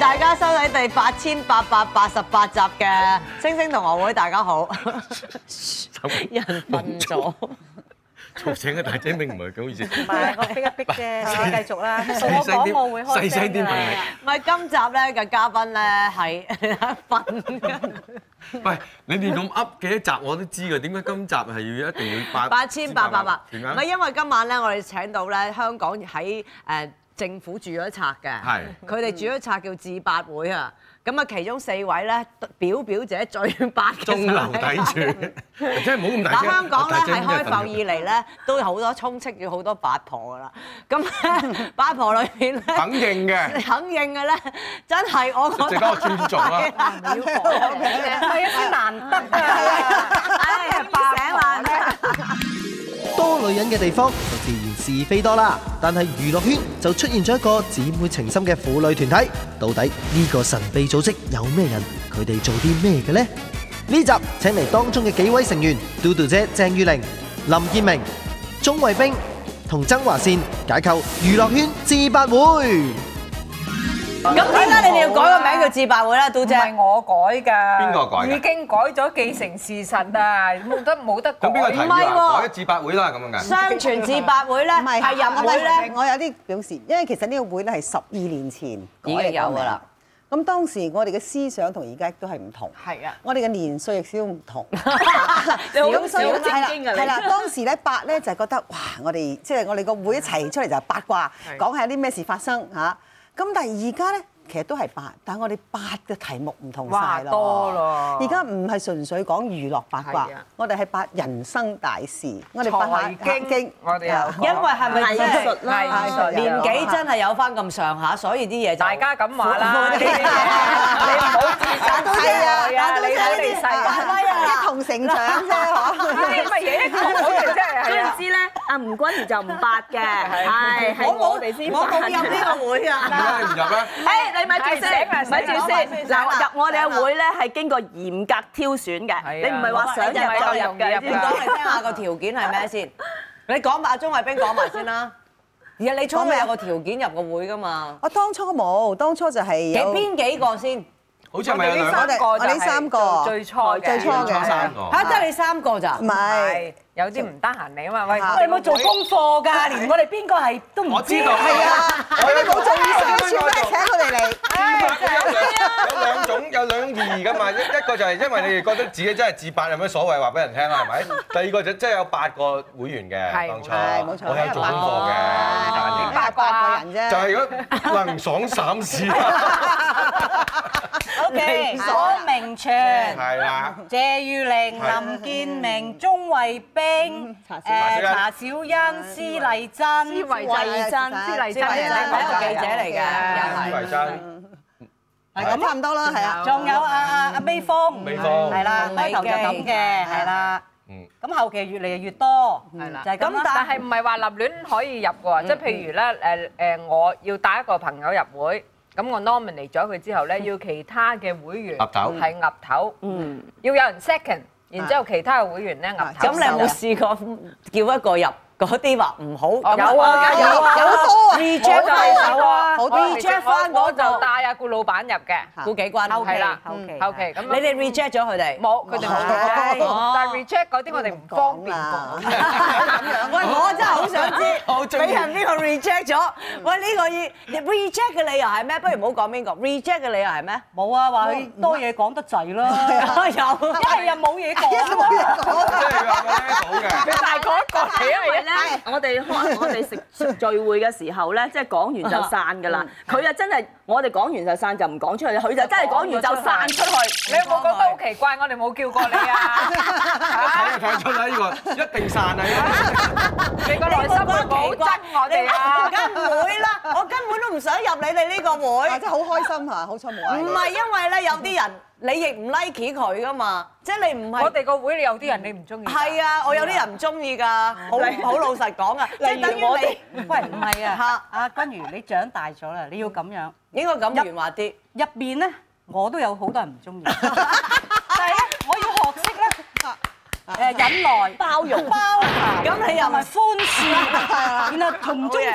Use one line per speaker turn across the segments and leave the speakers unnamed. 大家收睇第八千八百八十八集嘅《星星同學會》，大家好。 人瞓咗，
嘈醒嘅大姐明唔係咁意思，
唔係，我逼一逼啫，你繼續啦。
細
我
聲啲
講我會開
細聲
聲
啲
㗎
咪
啦。
唔係今集咧嘅嘉賓咧係 瞓
喂，你哋咁噏幾多集我都知㗎，點解今集係要一定要八
八千八百八，
點啊
唔係
解？
因為今晚咧我哋請到咧香港喺誒政府住咗一冊嘅，
係
佢哋住咗一冊叫自八會啊。咁啊，其中四位咧表表者最八嘅
中
就
流
係
砥 柱，真係唔好咁大
嗱，
聲。
香港咧
大姐
係開
真係
埠以嚟咧，都有好多充斥住好多八婆噶啦。咁咧，八婆裏邊咧，
肯認嘅，
肯認嘅咧，真係我覺
值得
得
我尊重啊！
唔要講嘅，係一啲難得啊！
唉，八醒啦！
多女人嘅地方就自然是非多啦，但係娛樂圈就出現咗一個姊妹情深嘅婦女團體。到底呢個神秘組織有咩人？佢哋做啲咩嘅呢？呢集請嚟當中嘅幾位成員：嘟嘟姐鄭裕玲、林建明、鍾慧冰同曾華善解構娛樂圈至八會。
咁點解你哋要改個名叫自白會咧，杜
唔
姐？
係我改㗎，
邊個改㗎
已經改咗既成事實啊，冇得冇得改。
咁邊個提議
唔係喎
啊？改一至八會啦，咁樣㗎。
相傳自白會咧
唔係
係
唔
入會
係
咧，
我有啲表示，因為其實呢個會咧係十二年前
已經有㗎啦。
咁當時我哋嘅思想同而家都係唔同，
係啊
我哋嘅年歲亦都唔同。
你好
咁所以
好
係
正
啦，
經㗎
係啦，當時咧八咧就係覺得哇，我哋即係我哋個會一齊出嚟就係八卦，講下啲咩事發生嚇。咁但係而家咧。其實都係八，但係我哋八嘅題目唔同晒
哇
咯。
多咯
而家唔係純粹講娛樂八卦
係啊，
我哋係八人生大事，我哋八下
財經我哋又
啊
因為係咪真
藝術啦
藝術
係
又
年紀真係有翻咁上下，所以啲嘢就
大家咁 話啦，
苦
你哋你唔好自
打
殺
到
太
啫，打
你
到
睇
啫，
你
呢
細啊，
啲一同成長啫，
呢啲乜嘢一講好嘅真係係啊
知咧，阿吳君如就唔八嘅，係係我哋先
我冇
八
入呢個會啊！
點解你唔入咧？
誒，你咪住先，咪住先。嗱，入我哋嘅會咧係經過嚴格挑選嘅，你唔係
Ờ,
話想入就入嘅。
你講嚟聽下個條件係咩先？你講埋阿鐘慧冰講埋先啦。而家你初咩有個條件入個會噶嘛？
我當初冇，當初就係
幾
有
邊幾個先？
好似係咪有兩
我哋我哋三個
最初嘅
最初嘅
三個？
嚇，得你三個咋
唔？
係
係
有啲唔得閒嚟啊嘛，喂，
啊
我哋冇做工
課㗎，連我哋邊個係都
我知道，
係啊，
我有
冇做醫生全部係請
有
我哋嚟，
兩種有兩種意義㗎嘛，一一個就係因為你哋覺得自己真係自白有咩所謂話俾人聽啊啦，係咪？第二個就真係有八個會員嘅，
係
當初
係冇錯
我有做功課嘅呢單
八卦個人
嘢，
啫，
就係如果能爽省事，
O.K. 左明全、
係啦。
謝裕玲、林建明、鐘慧冰、
À,
誒查小欣、施麗珍、施
慧珍
施麗珍
施麗珍
係
係一個記者嚟嘅，
以
又係。
為真
係咁差唔多啦，係啊，
仲有
à,
阿阿阿 May 峰，
May 峰
係啦，開頭就咁嘅，係啦
嗯，
咁後期越嚟越多，
係啦，
就係咁
咁
啦
但係唔係話立亂可以入嘅喎，即係譬如咧誒誒，我要帶一個朋友入會，咁我 nominate 咗佢之後咧，要其他嘅會員
岌頭
係岌頭，
嗯，
要有人 second，然之後其他嘅會員咧岌頭。
咁你有冇試過叫一個入嗰啲話唔好？
有啊，
有
Dạ.
有啊，
有
我
多啊，
就係有啊，
好多
我
reject 翻嗰個
我就帶阿顧老闆入嘅，
估幾關？
後期啦，
後期
後期咁
你哋 reject 咗佢哋？
冇，佢哋冇
哦
reject，但係 reject 嗰啲我哋唔方便講。
喂，我真係好想
我
知，
中意
俾人呢個 reject 咗。喂，呢個要 reject 嘅理由係咩？不如唔好講邊個 reject 嘅理由係咩？
冇啊，話佢多嘢講得 滯啦，
有。
一係又冇嘢講，
即係有個 level 嘅。
但係嗰一個
因為咧， 我哋開我哋食 食聚會嘅時候咧，即係講完就散㗎啦。佢啊真係，我哋講完就散就唔講出去，佢就真係講完就散哦出去。
你有冇覺得好奇怪？我哋冇叫過你啊！
睇就睇得出啦，呢個一定散啊！
你個內心會唔會好憎我 哋啊？
梗唔會啦，我根本都唔想入你哋呢個會。
真係好開心嚇，好彩冇嗌
唔
你。
係因為咧，有啲人你亦唔 like 佢噶嘛，即係你唔係。
我哋個會你有啲人你唔中意，
係啊，我有啲人唔中意㗎，好好老實講啊，即係等於你
喂唔係
嚇
啊，阿君如你長大咗啦，你要咁樣。
應該咁圓滑啲。
入邊咧，我都有好多人唔中意，但係咧，我要學識咧，誒忍耐、 包容、包容，
咁你又
同埋寬恕，
à,
然後從中尋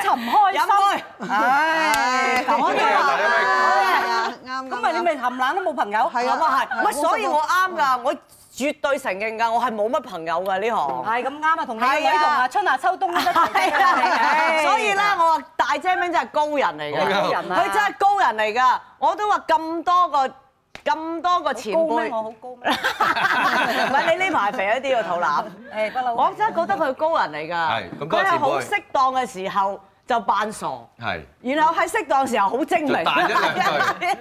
飲
開心。
開，
唉，講
係
à,
啊
咗
大家咪
係啊啱。
咁咪你咪含冷都冇朋友，
係啊
咁啊
唔
係，
係，所以我啱㗎，我絕對承認㗎，我係冇乜朋友㗎呢行。
係咁啱啊，同你個女
係啊
同啊春夏秋冬都一齊
係
睇啊
啊，所以咧，我話大姐明真係高人嚟嘅，
高
人啊
佢真係高人嚟㗎。我都話咁多個咁多個前
高咩？我
輩，
好 高咩？
唔係你呢排肥咗啲個肚 腩，
誒不嬲。
我真係覺得佢高人嚟㗎
係。咁多
佢
個前輩
係好適當嘅時候就扮傻，
係。
然後喺適當時候好精明。
就彈 一兩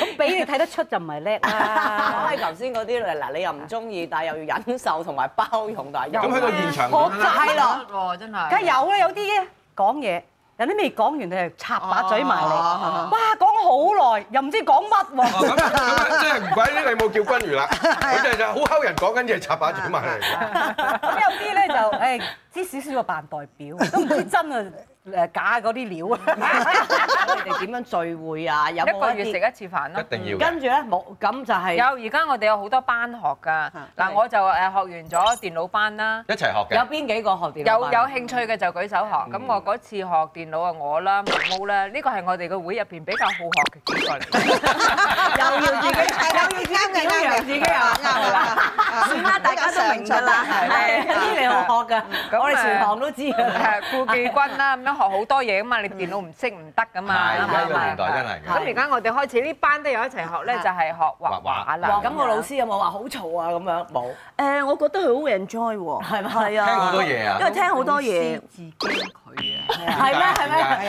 咁俾你啊睇得出就 唔係叻啦。
係頭先嗰啲嗱，你又唔中意，但係又要忍受同埋包容，但係又
咁去到現場
學
咁啦，
齋咯。
咯，真係。
梗係有啦，有啲嘢講嘢，人哋未講完，你係插把嘴埋嚟。哇，講好耐，又唔知講乜
哦咁
喎。
咁即係唔怪得你冇叫君如啦，佢哋就好睺人講緊嘢插把嘴埋嚟。
咁有啲咧就誒知少少嘅扮代 表，都唔知真啊誒假嗰啲料啊。
你哋點樣聚會啊？有
一個
冇
月
一
食
啲？
一次飯咯。
一定要嘅
跟住咧冇，咁就係、
有而家我哋有好多班學㗎。嗱，我就誒學完咗電腦班啦。
一齊學
有
嘅。
邊幾個學電腦
有
班
有興趣嘅就舉手學。咁我嗰次學電腦啊，我啦、毛毛啦，呢個係我哋個會入邊比較好學嘅幾個嚟。
又要自己，又要自己啱嘅，啱嘅，自己又啱啦。
算啦，大家都明㗎啦，係咪？呢啲你好學㗎，
咁
我哋
誒
全行都知㗎啦。
係顧記軍啦，咁樣學好多嘢㗎嘛，你電腦唔識唔得㗎
係
嘛。
而家呢個年代真係
咁而
㗎。
家我哋開始呢班都有一齊學咧，就係學畫畫啦。
咁個老師有冇話好嘈啊？咁樣冇。
誒，我覺得佢好 enjoy 喎，
係嘛
係啊，
聽好多嘢啊
因為聽好多嘢，
係咩？係啊咩？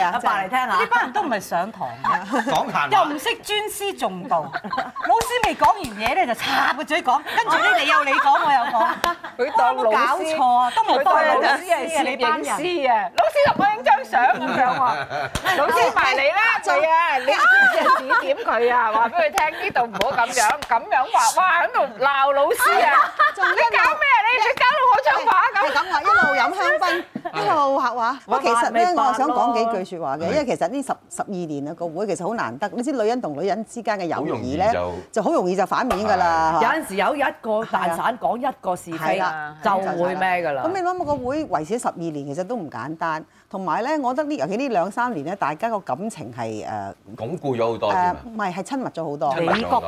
係
阿爸嚟聽下
呢。班人都唔係上堂 嘅。
講閒
又
話
唔識專師重道，老師未講完嘢咧就插個嘴講，跟住咧你有你講我有 講，
佢當
有冇
老
搞
師
錯啊，都冇
佢
當
當
老
老
師
師係
嘅
攝
你班
影
人。
師啊，老師同我影張相咁樣喎，老師埋嚟啦，係啊，你指點佢啊，話俾佢聽呢度唔好咁樣，咁樣畫，哇喺度鬧老師啊，
仲一
你搞咩啊？你你搞到我張畫
係
咁。
咁話，一路飲香檳，一路畫畫。我其實咧，我想講幾句説話嘅，因為其實呢十十二年啊個會其實好難得，你知女人同女人之間嘅友
好容易
誼咧
就，
就好容易就反面㗎啦。
有
嚇
陣時有一個蛋散講一個是非
係啦，，
就會咩㗎啦
咁。你諗下個會維持十二年，其實都唔簡單。同埋咧，我覺得呢，尤其呢兩三年咧，大家個感情係誒
鞏固咗好多
誒
添啊，
唔係係親密咗好多。
你覺得
係我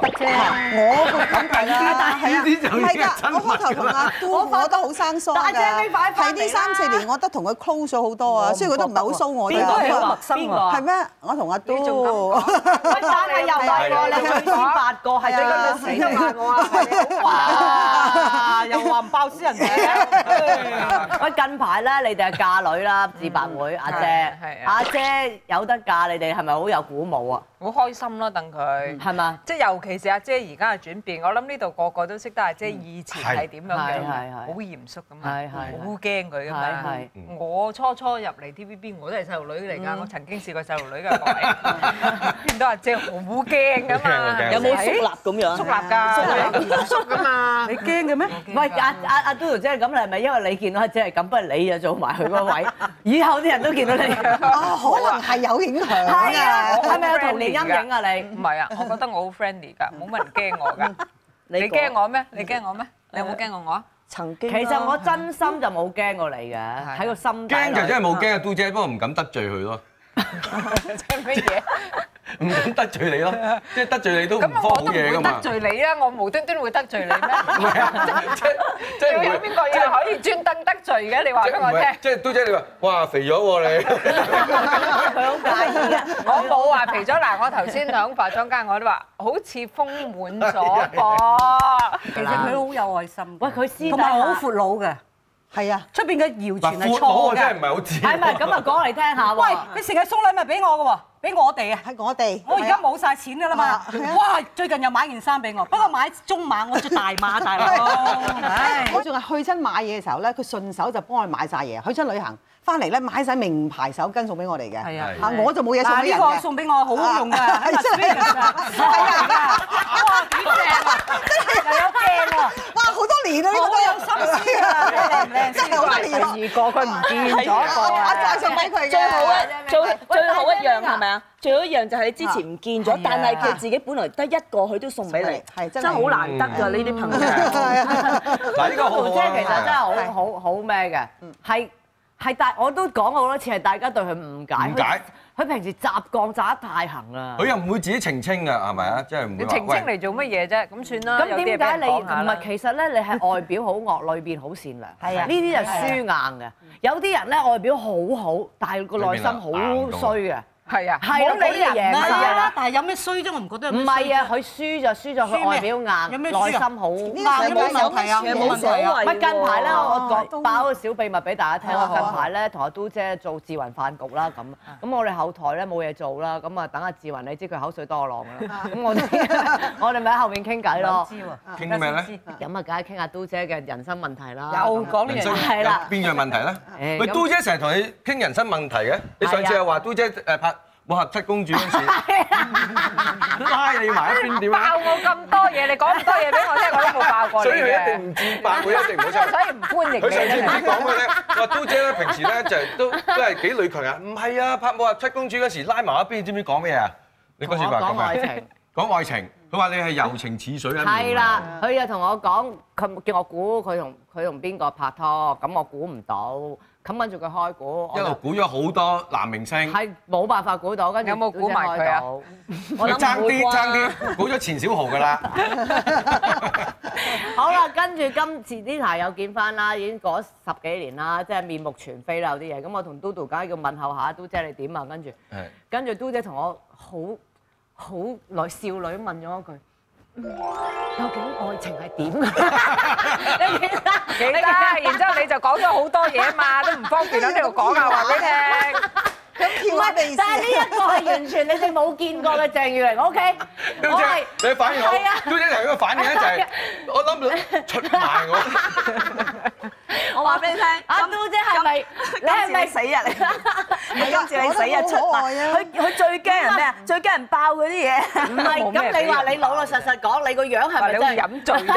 個感覺啦，係啊，唔係㗎，我開頭同 阿都我都好生疏
大
㗎。
姐你快返
係
嚟啦
呢三四年，我覺得同佢 close 咗好多啊，雖然佢都唔係好騷我
邊個
啫。
係
不過
陌生
邊個
啊
係？咩？我同阿都
你仲敢
喂，但係又係喎，你最知八個係
係
你
啊
個死得慢我啊！ 係啊又話唔爆私人嘅。喂，近排咧，你哋係嫁女啦，自白會阿姐
係係，啊
阿姐有得嫁，你哋係咪好有鼓舞啊？
好開心咯，等佢
係嘛？
即係尤其是阿姐而家嘅轉變，我諗呢度個個都識得阿
嗯
姐以前係點樣
係
樣，
係係
好嚴肅咁
係係
啊，
係
好驚佢噶嘛
係係。
我初初入嚟 TVB，我都係細路女嚟㗎，我曾經試過細路女㗎，各位見到阿姐好驚 㗎嘛，
有
冇肅立咁樣？
縮立㗎，嚴肅㗎嘛。
你驚嘅咩？
喂，阿阿阿 Dodo 姐咁，你係咪因為你見到阿姐係咁，不如你就做埋佢嗰位，以後啲人都見到你。
啊，可能係有影響
係啊，
㗎。
係咪有童年陰影啊？你
唔係啊，我覺得我好 friendly 㗎，冇乜人驚我㗎。你
講
驚我咩？你驚我咩？你有冇驚過我啊？
曾經
其
啦
實我真心就冇驚過你嘅，喺個心底
驚
裏
就真係冇驚啊，嘟姐，不過唔敢得罪佢咯，
係乜嘢？
唔敢得罪你咯，即係得罪你都唔
咁
科
我
好
都唔
嘢㗎
會
嘛
得。罪你啊！我無端端會得罪你咩？
唔係啊，即即
即係
係
有邊個嘢可以專登得罪嘅？你話
即
俾我聽，
即係嘟姐你話，哇肥咗喎你。
佢好介意嘅。
我冇話肥咗。嗱，我頭先響化妝間我都話，好似豐滿咗噃。
其實佢好有愛心。
喂，佢私底下
同埋好闊佬嘅，
係啊，
出邊嘅謠
嗱
傳係
闊佬我
錯
真係
嘅
唔。係好知。
係咪咁啊？講嚟聽下
喂
喎，。
你成日送禮物俾我嘅喎，俾我哋啊！
係我哋。
我而家冇晒錢㗎啦嘛
啊係啊！
哇，最近又買件衫俾我，不過買中碼，我 着大碼 大佬。唉
我仲係去親買嘢嘅時候咧，佢順手就幫我買晒嘢。去親旅行翻嚟咧，買晒名牌手巾送俾我哋嘅。
係啊
啊我就冇嘢送
嗱
俾
呢
人
個
嘅。
送俾我好用㗎，喺 Las
真係
Vegas 啊 係啊，哇幾正啊，又有鏡 喎，
哇！好多年啦，呢個
好
都
有心思啊，靚唔
真
靚先？
係好多年啦。
個佢唔見咗一 個
我我
啊
再，送俾 佢嘅。
最好一 最
喂
最好啊一
但係
樣
呢
係咪啊？最好一樣就係你之前唔見咗，但係佢自己本來得一個，佢都送俾你，
係真係
真係好難得㗎呢啲朋友。
嗱呢個好
陶
好
姐
啊
其實真係好
係
好好咩嘅，係係大我都講過好多次，係大家對佢誤解。
誤解
佢平時習慣揸得太行啦。
佢又唔會自己澄清啊，係咪啊？即係唔會話
澄清
喂
嚟做乜嘢啫？咁算啦。
咁點解你唔係？
係
其實咧，你係外表好惡，裏邊好善良。
係啊
呢啲就輸硬嘅。有啲人咧外表好好，但係個內心好衰嘅。
係啊，
係啊
冇理
嗰啲人
人
啊
係啊。
但係有咩衰啫？我唔覺得有咩
唔係啊，
衰
佢
啫。
輸就輸咗，佢外表
有
硬，
咩輸啊
內心好。唔
呢個世界有問題啊，
其實
冇
冇
問題
所
啊。
謂喎。
係近排咧，我
都
講爆個小秘密俾大家聽
好啊
啦。
好啊
近排咧，同阿都姐做志雲飯局啦，咁咁我哋後台咧冇嘢做啦，咁啊等阿志雲，你知佢口水多浪㗎啦。咁我哋 我哋咪喺後面傾偈咯。
傾啲咩咧？
咁啊，梗係傾下都姐嘅人生問題啦。
又講呢
人
樣
生
嘢。
係
有
啦
邊樣問題咧？
誒
喂，
咁
都姐成日同你傾人生問題嘅，你上次又話都姐誒拍《武俠七公主》嗰陣時，拉你埋一邊點
爆
啊？
我咁多嘢，你講咁多嘢俾我聽，我都冇爆過你
所以佢一
嘅。
定唔 自白，佢一定唔好出聲
所以唔歡迎
佢上次
你
唔
啊。
知講嘅咧，話都姐咧平時咧就 都都係幾女強人，唔係啊，拍武俠七公主嗰時拉埋一邊，知唔知講咩啊？你嗰時話
同我講
咩
愛情，
講愛情，佢話你係柔情似水一面啊。
係啦，佢又同我講，佢叫我估佢同佢同邊個拍拖，咁我估唔到，咁跟住佢開估，
一
我
路
就
估咗好多男明星，
係冇辦法估到，跟住
有冇估埋佢啊
都
佢爭啲爭啲估咗錢小豪 㗎啦。
知開到好啦，跟住今次呢排又見翻啦，已經過咗十幾年啦，即係面目全非啦有啲嘢，咁我同嘟嘟梗係要問候下，嘟姐你點啊？跟住
係
跟住嘟姐同我好好女少女咁問咗一句。嗯究竟愛情係點啊㗎？你記得？
記得，然之後你就講咗好多嘢嘛，都唔方便喺呢度講啊，話俾你聽。
咁
唔
跳下咩
係
意，思啊
但係呢一個係完全你哋冇見過嘅鄭裕玲，OK？我
嘟
係
姐，你反應好
係啊。
嘟姐頭先個反應咧就係，我諗出賣我。
我話俾你聽，
阿
今
嘟姐係咪？你係咪
今次你死日嚟 啦？你今次你死
我覺得
日出
好可
賣
愛啊
佢佢最驚人咩啊？最驚人爆嗰啲嘢。
唔係，咁你話你老老實實講，你個樣係
話
咪
你
真
好似
係？
飲醉咗。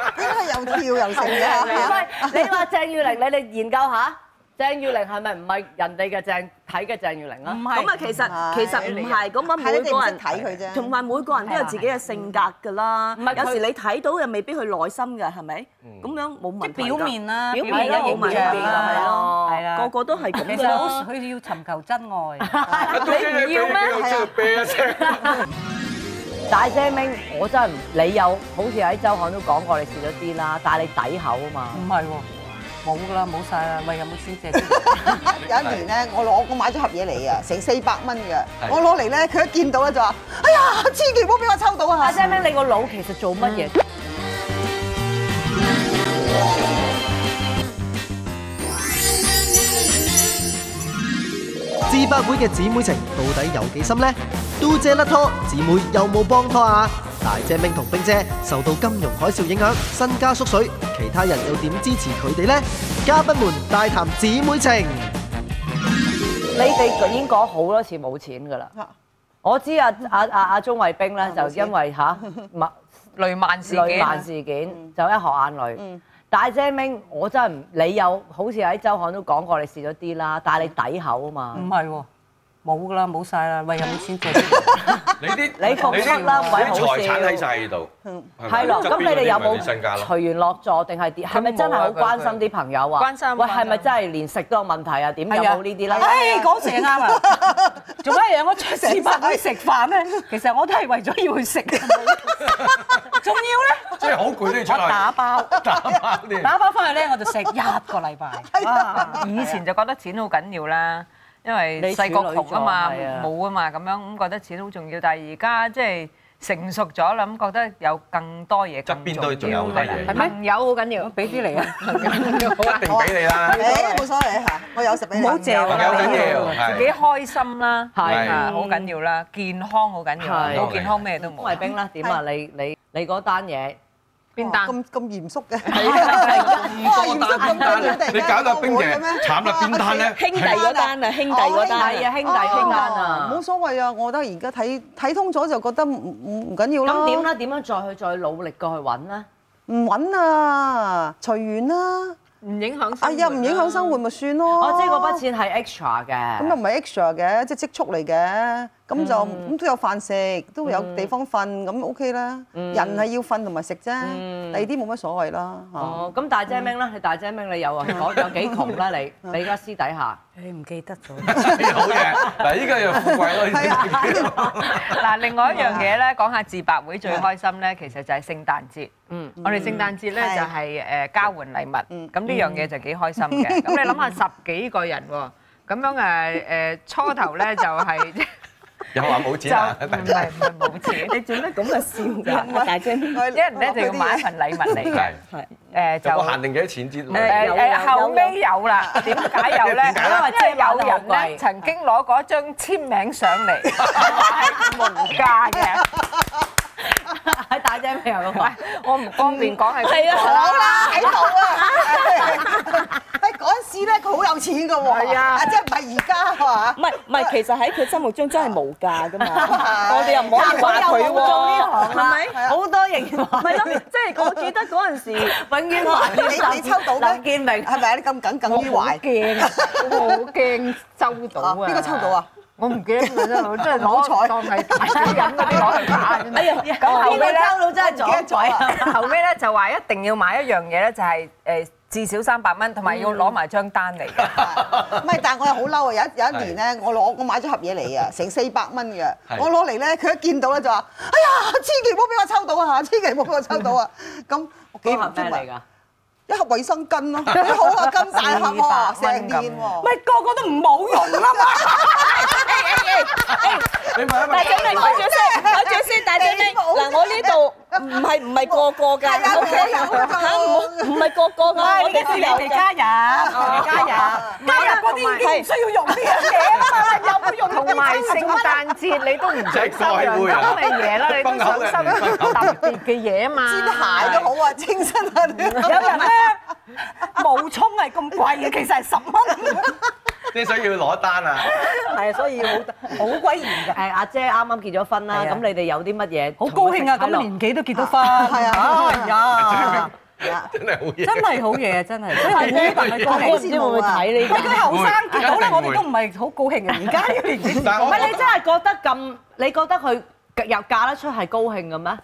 應該又跳又成
唔
嘅
係，你話鄭裕玲，你哋研究下，鄭裕玲係咪唔係人哋嘅鄭睇嘅鄭裕玲啊？
咁啊，其實其實唔係咁啊，每
係你哋唔
個
識
人
睇佢啫。
同埋每個人都有自己嘅性格㗎啦。
唔係佢
有時你睇到又未必佢內心㗎，係咪？咁樣冇問題㗎。
表面啦，
表面
表面嘅
嘅
形象啦，
冇問題
啊
㗎，係咯。
嗯係啦。
個個都係咁㗎啦。
其實好-佢要尋求真愛。
嘟姐你
要咩
俾俾我啤一聲。
大姐明，我真係唔，你有好似喺周刊都講過，你試咗啲啦，但係你抵口啊嘛。
嗯唔係喎，冇㗎啦，冇晒啦。喂，有冇孫姐？
有一年咧，我攞我買咗盒嘢嚟啊，成四百蚊嘅，我攞嚟咧，佢一見到咧就話：哎呀，千祈唔好俾我抽到啊！
大姐明，你個腦其實做乜嘢？
至八會嘅姊妹情到底有幾深呢？都姐甩拖，姊妹有冇幫拖啊？大姐明同冰姐受到金融海嘯影響，身家縮水，其他人又點支持佢哋呢？嘉賓們大談姊妹情。
你哋已經講好多次冇錢㗎啦。我知啊啊啊啊鐘慧冰咧就因為嚇麥
雷曼事
雷
件啊
曼事件就一河眼淚。大姐明，我真係唔你有好似喺周刊都講過，你試咗啲啦，但係你抵口啊嘛。
唔係喎，冇㗎啦，冇晒啦。喂，有冇孫姐？
你啲
你復出啦
你
唔係
啲
好
財
笑
產喺晒度，係咪
係咯，咁
側邊嗰啲
你哋有
咪
冇
你身家咯？
隨緣落座定係點？係咪真係好關心啲朋友啊？
關心
喂，
關心
係咪真係連食都有問題啊？點有冇呢啲啦？
唉，講成啱啊。做乜嘢？我出事發會食飯咧，其實我都係為咗要去食，仲要咧，
即係好攰都要出去
打包。
打包啲。
打包返去呢，我就食一個禮拜。
以前就覺得錢好緊要啦，因為細個窮啊嘛，冇啊嘛，咁樣咁覺得錢好重要。但係而家即係成熟咗啦，咁覺得有更多嘢
側
更
邊
重要
都仲有好多嘢，
係咪？朋友好緊要，
俾啲嚟啊。
一定俾你啦。
誒，冇所謂嚇，我有十俾你。
唔好借
朋友緊要，
自己
係
開心啦，
係
啊好緊要啦，健康好緊要，
係
冇健康咩都
鐘慧
冇。
冰啦，點啊？你你你嗰單嘢？
邊單？
咁咁嚴肅嘅，
哇
嚴肅咁
你搞到阿冰爺慘啦，邊單咧？
兄弟嗰單啊，兄弟嗰單啊
係啊，兄弟之間啊。
冇所謂啊！我覺得而家睇睇通咗就覺得唔唔唔緊要啦。
咁點咧？點樣再去再努力過去揾咧？
唔揾啊，隨緣啦。
唔影響。
哎呀，唔影響生活咪算咯。
哦，即係嗰筆錢係 extra 嘅。
咁又唔係 extra 嘅，即係積蓄嚟嘅。咁就咁都有飯食，都有地方瞓，咁 OK 啦。人係要瞓同埋食啫，第二啲冇乜所謂啦嚇。
哦，咁大姐明啦，你大姐明你有啊？講有幾窮啦你？你而家私底下
你唔記得咗？
好嘢，嗱依家又富貴咯，
係啊
已經
嗱，另外一樣嘢咧，講下自白會最開心咧，其實就係聖誕節。
嗯，
我哋聖誕節咧
係
就係誒交換禮
嗯
物，咁呢樣嘢就幾開心嘅。咁你諗下十幾個人喎，咁樣誒誒初頭咧就係
又話冇
就
錢啊！
唔係唔係冇錢，
你做咩咁嘅笑㗎？大姐，
Ờ,
誒
一人咧就要買一份禮物 嚟嘅
係，
誒
有冇
就。
限定幾多錢先？
誒誒後尾有啦，點解有咧？
點解咧
因為有人咧曾經攞嗰張簽名上嚟，係無價嘅。
喺 大姐明有個位。
我唔方便講係邊個
有啦，喺度 啊！喂，嗰陣時咧，佢好有錢嘅喎，
係啊
即係唔係而家 係嘛？
唔係唔係，其實喺佢心目中真係無價㗎嘛，
係
我哋又唔可以話佢
有冇做呢行
喎，係
啦
咪？
好多形容，
咪咯，即 係我記得嗰陣時，
永遠懷
你你抽到咩
林建明
係咪啊？你咁耿耿於懷
驚，我好驚收到
啊？
啊！
邊個抽到啊？？
我唔記得咗真係，真係
好彩
攞當係大家飲嗰啲攞去打啫嘛。咁後
邊個
尾咧，
抽到真 係撞鬼啊！
後尾咧就話一定要買一樣嘢咧，就係誒至少三百蚊，同埋要攞埋張單嚟嘅。
唔係，但係我又好嬲啊！有一有一年咧，我攞我買咗盒嘢嚟啊，成四百蚊嘅。
係
我攞嚟咧，佢一見到咧就話：哎呀，千祈唔好俾我抽到啊！ 千祈唔好俾我抽到啊！咁我幾
嗰
唔
盒
中
咩嚟
意
㗎？
一盒衛生巾咯，幾好啊！咁大盒
400
喎，
蚊
成件喎。
咪個個都唔冇用 啦嘛。
你問一
大姐
問
明，我住先，我住先，大姐明，嗱我呢度唔係唔係個個㗎
係啊
，OK
有㗎
嚇，唔好唔係個個㗎，我哋都有㗎。
你家人，
加油！加油！嗰啲已經唔需要用呢樣嘢啊嘛，有冇用？同埋聖誕節你都唔想收咁嘅嘢啦，你都想收特別嘅嘢嘛。
煎鞋都好啊，清新啊！
有人咧冒充係咁貴嘅，其實係十蚊。
啲想要攞單啊！
係，所以好好鬼嚴
誒
㗎。
阿姐啱啱結咗婚啦，
係啊
咁你哋有啲乜嘢？
好高興啊！咁年紀都結到婚，係
啊
哎呀，
真係好嘢，
真係好嘢啊！真係，所以我呢個咪高
我唔
興
知
先
會唔會睇呢
喂，佢
個？
後生見到咧，
會
我哋都唔係好高興嘅。而家呢個年紀，
但係
唔
我
係你真係覺得咁？你覺得佢又嫁得出係高興嘅咩？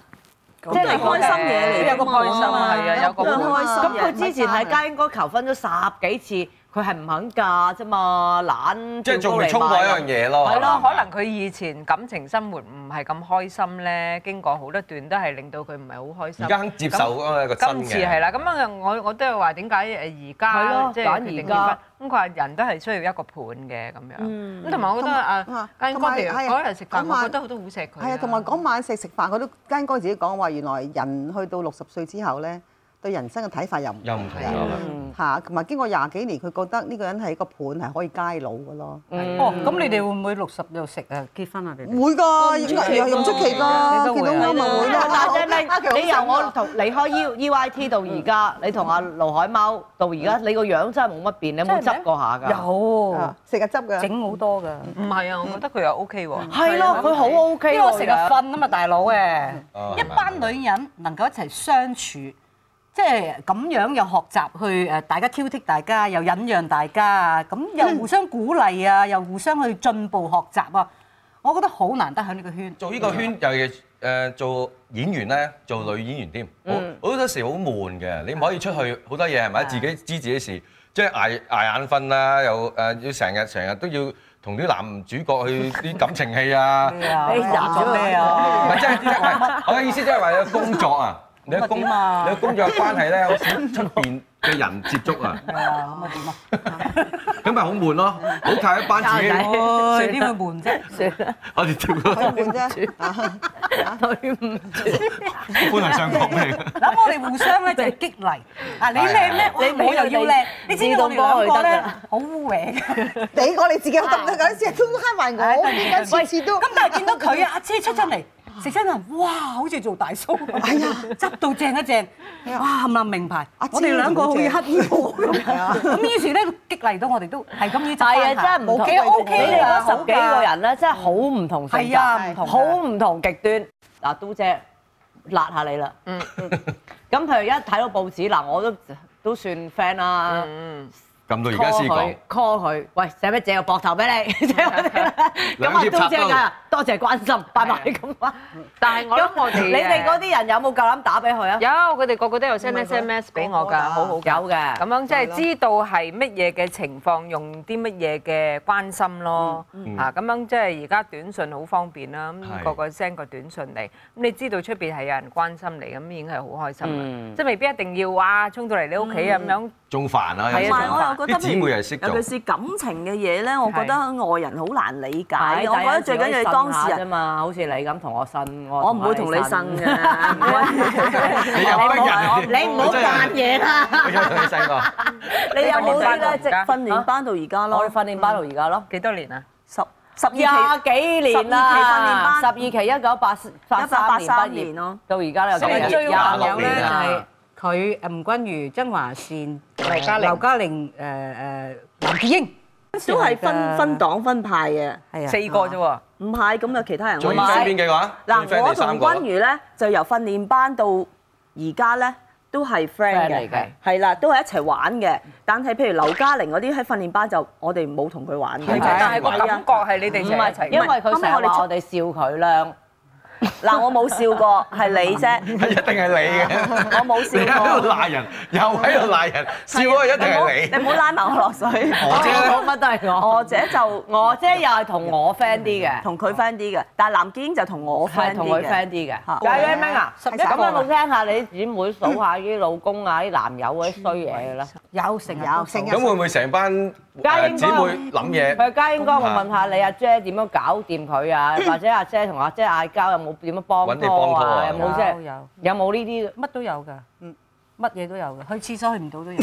即係開心嘢嚟，
有個開心係啊，有個
開心
咁
嘢。
佢之前喺家應該求婚咗十幾次，佢係唔肯嫁啫嘛，懶
即係仲未
跳
衝
高
過
嚟
一
賣
樣嘢咯。
係咯，可能佢以前感情生活唔係咁開心咧，經過好多段都係令到佢唔係好開心。
而家肯接受嗰個新
今
嘅。
次係啦，咁啊，我我都係話點解誒而
係
家
咯
即係
揀
決定
而家
結婚？咁佢話人都係需要一個伴嘅咁樣。
嗯
咁同埋我覺得啊，家英哥譬如嗰日食飯，我覺得都好錫佢。
係啊，同埋嗰晚食食飯，佢都間哥自己講話，原來人去到六十歲之後咧，對人生嘅睇法又唔
又唔同咗啦。
嚇，同埋經過廿幾年，佢覺得呢個人係一個伴係可以偕老嘅咯。
哦，咁你哋會唔會六十就食啊？結婚啊？你哋
會㗎，應該又唔出奇
你
㗎，
都
見
會
到
啊
啱咪 會啦。
大姐
啊佢
咪，
好
你由
醒
我
啊
同離開 U E Y T 到而家，你同阿盧海貓到而家，你個樣真係冇乜變，你有冇執過下㗎？
有
啊食日汁㗎，
整好多㗎。
唔係啊，我覺得佢又 OK 喎。
係咯，佢好 O K
呢
喎，
個成日瞓啊嘛，大佬誒，
哦
一班女人能夠一齊相處，即係咁樣又學習去誒，大家挑剔大家，又忍讓大家啊，咁又互相鼓勵啊，又互相去進步學習啊，我覺得好難得喺呢個圈。
做呢個圈，尤其誒做演員咧，做女演員添，好好多時好悶嘅，你唔可以出去好多嘢係咪？自己知自己事，即係捱捱眼瞓啦，又誒要成日成日都要同啲男主角去啲感情戲啊，
咩啊
你打咗
做咩啊？
唔係即係即係唔係我嘅意思即係話有工作啊，你嘅工你
咁啊點
嘅
啊
工作關係咧，好少出邊嘅人接觸啊，
係啊，咁啊點啊？
咁咪好悶咯，好靠一班自己，
唉，點會悶啫？
我哋跳個
佢悶 啫。啊
啊
本嚟上講咩？
嗱，我哋 互相咧就係激勵。啊，你靚咧，我
你
我又要靚。你知唔知我哋兩個咧好污衊嘅？
你我哋自己得唔得㗎？成日都慳埋我，點解次次都
咁但係見到佢啊，阿姐出親嚟食親人，哇，好似做大叔咁。
哎呀
執到正一正，哇，冚唪唥名牌
阿。姐
我哋兩個好似
好
乞衣婆 咁。咁於是咧激勵到我哋都係咁要執
係啊，
翻
真係
下。
唔同。
幾 OK 啊
你哋
㗎
嗰十幾
好
個
㗎
人咧，啊真係好唔同性
係啊唔
格，
同㗎
好唔同極端。嗱，都姐辣下你啦。嗯。 咁譬如一睇到報紙，嗱，我都都算 friend 啦。
咁到而家
call
先講
佢。，call 佢，喂，使唔使借個膊頭俾你？即係我哋啦
兩
咁啊，
肋
都
插
正
刀
㗎，多謝關心，拜拜咁啊！
但係我諗我哋
你哋嗰啲人有冇夠膽打俾佢啊？
有佢哋個個都有 send
唔係佢
SMS 俾
個
我
個
㗎，
㗎
好好
有
㗎
嘅，
咁樣即係知道係乜嘢嘅情況，用啲乜嘢嘅關心咯嚇。咁樣即係而家短信好方便啦，咁
係
個個 send 個短信嚟，咁你知道出邊係有人關心你，咁已經係好開心啦
嗯。
即係未必一定要啊，衝到嚟你屋企啊咁樣。
仲煩啊，
係
有
啊
時
埋
同
我又覺得
啲姊妹又識
尤
做
其。是感情嘅嘢咧，我覺得外人好難理解。
係
我覺得最緊要係當事
啊有時可以呻下啫
人，
嘛，好似你咁同我呻，我
我唔會同你呻嘅。
你
唔會
有乜人？
你唔好扮嘢啦！
我真係我有細個，
你有冇啲咧？即
你訓練班到而家
係訓
我哋，訓
練班到而家咯
練班到而家咯。
幾多年啊？
十十二
廿
期。
幾年啦，十
十
二
二
期一九八八三年畢
1983
業
年
咯
咯，
到而家都
所
有
以
廿
最
廿
難
六
有咧
廿
年
六
就
啦
係。佢誒吳君如、曾華善、
劉嘉玲
劉嘉玲、誒誒藍潔瑛，
都係分分黨分派嘅，
係啊
四個啫喎。
唔係咁有其他人可
仲
以
要
埋
friend 邊幾個啊？仲要
嗱，
friend
我
你三
同
個
君如咧就由訓練班到而家咧都係
friend
friend
嚟
嘅
嘅，
係啦，都係一齊玩嘅。但係譬如劉嘉玲嗰啲喺訓練班就我哋冇同佢玩嘅，
係咪
但係個
係
感
啊
覺係你哋
唔
就係一
係，
齊。
因為佢成日話我哋笑佢啦。
嗱，我冇笑過，係你啫，
係一定係你嘅。
我 冇
你喺
笑
度
過。
賴人，又喺度賴人，笑嗰個一定係
你唔好拉埋我落 水。
我姐呢
講乜都係我，
我姐就
我姐又係同我 friend 啲嘅，
同佢 friend 啲嘅，但係藍潔瑛就同我 friend
係同
啲
佢
嘅。
friend 啲嘅。
嚇
解咩咩啊？
十一個
咁我聽下你姊妹數下啲老公啊、啲男友嗰啲衰嘢啦。
有成日
有
Dạ,
成
你。
日
咁 會唔會成班
家
誒
應該
姊妹諗嘢？
佢家英哥，我問下你阿姐點樣搞掂佢 啊？或者阿姐同阿姐嗌交有冇點樣幫
揾你幫
拖
拖
啊？
啊
有冇即係
有有
有冇呢啲？
乜都有㗎，嗯，乜嘢都有嘅，去廁所去唔到都有。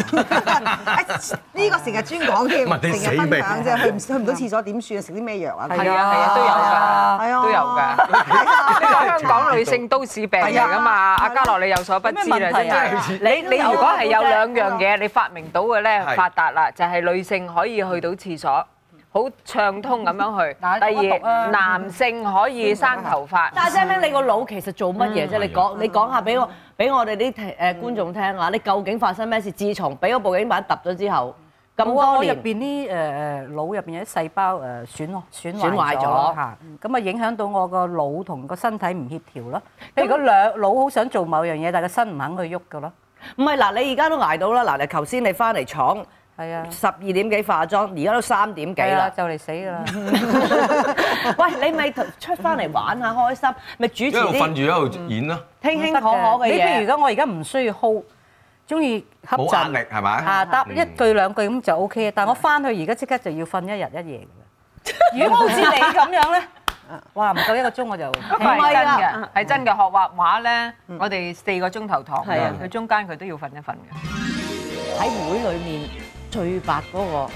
呢個成日專講添，
問你死
成日
未
分享啫，去唔去唔到廁所點算啊？食啲咩藥啊？
係啊係啊都有
係啊
㗎，都有㗎。呢個香港女性都市病嚟㗎嘛，阿嘉樂你有所不知啦，真係。你你如果係有兩樣嘢你發明到嘅咧，
係
發達啦，就係女性可以去到廁所，好暢通咁 樣去。
嗱
第
我讀啊
二，男性可以生頭 髮。
但係咩？你個腦其實做乜嘢啫？
啊
你講你講下俾我俾我哋啲誒觀眾聽下，你究竟發生咩事？自從俾個報警板揼咗之後，咁
冇啊！
多
我入
年
邊啲誒誒腦入邊有啲細胞誒損咯，損
損壞
壞
咗
咗嚇，咁啊影響到我個腦同個身體唔協調咯。譬如個兩腦好想做某樣嘢，但係個身唔肯去喐噶咯。
唔係嗱，你而家都捱到啦。嗱，你頭先你翻嚟廠
係啊，
十二點幾化妝，而家都三點幾
係啊，
啦。
就嚟死噶啦！
喂，你咪出翻嚟玩下開心，咪主持
一路瞓
啲
住一路演咯，
輕輕可可嘅
你譬如而
嘢。
家我而家唔需要 hold，中意恰
冇壓力
陣
係咪？
啊，答一
Ừ.
句兩句咁就 O K 啊。但我翻去而家即刻就要瞓一日一 夜㗎啦。如果好似你咁樣咧，哇唔夠一個鐘我就
不過係真嘅，係真嘅。學畫畫咧，我哋四個鐘頭堂
係啊
佢中間佢都要瞓一瞓
喺
嘅。
會裏面最白嗰個，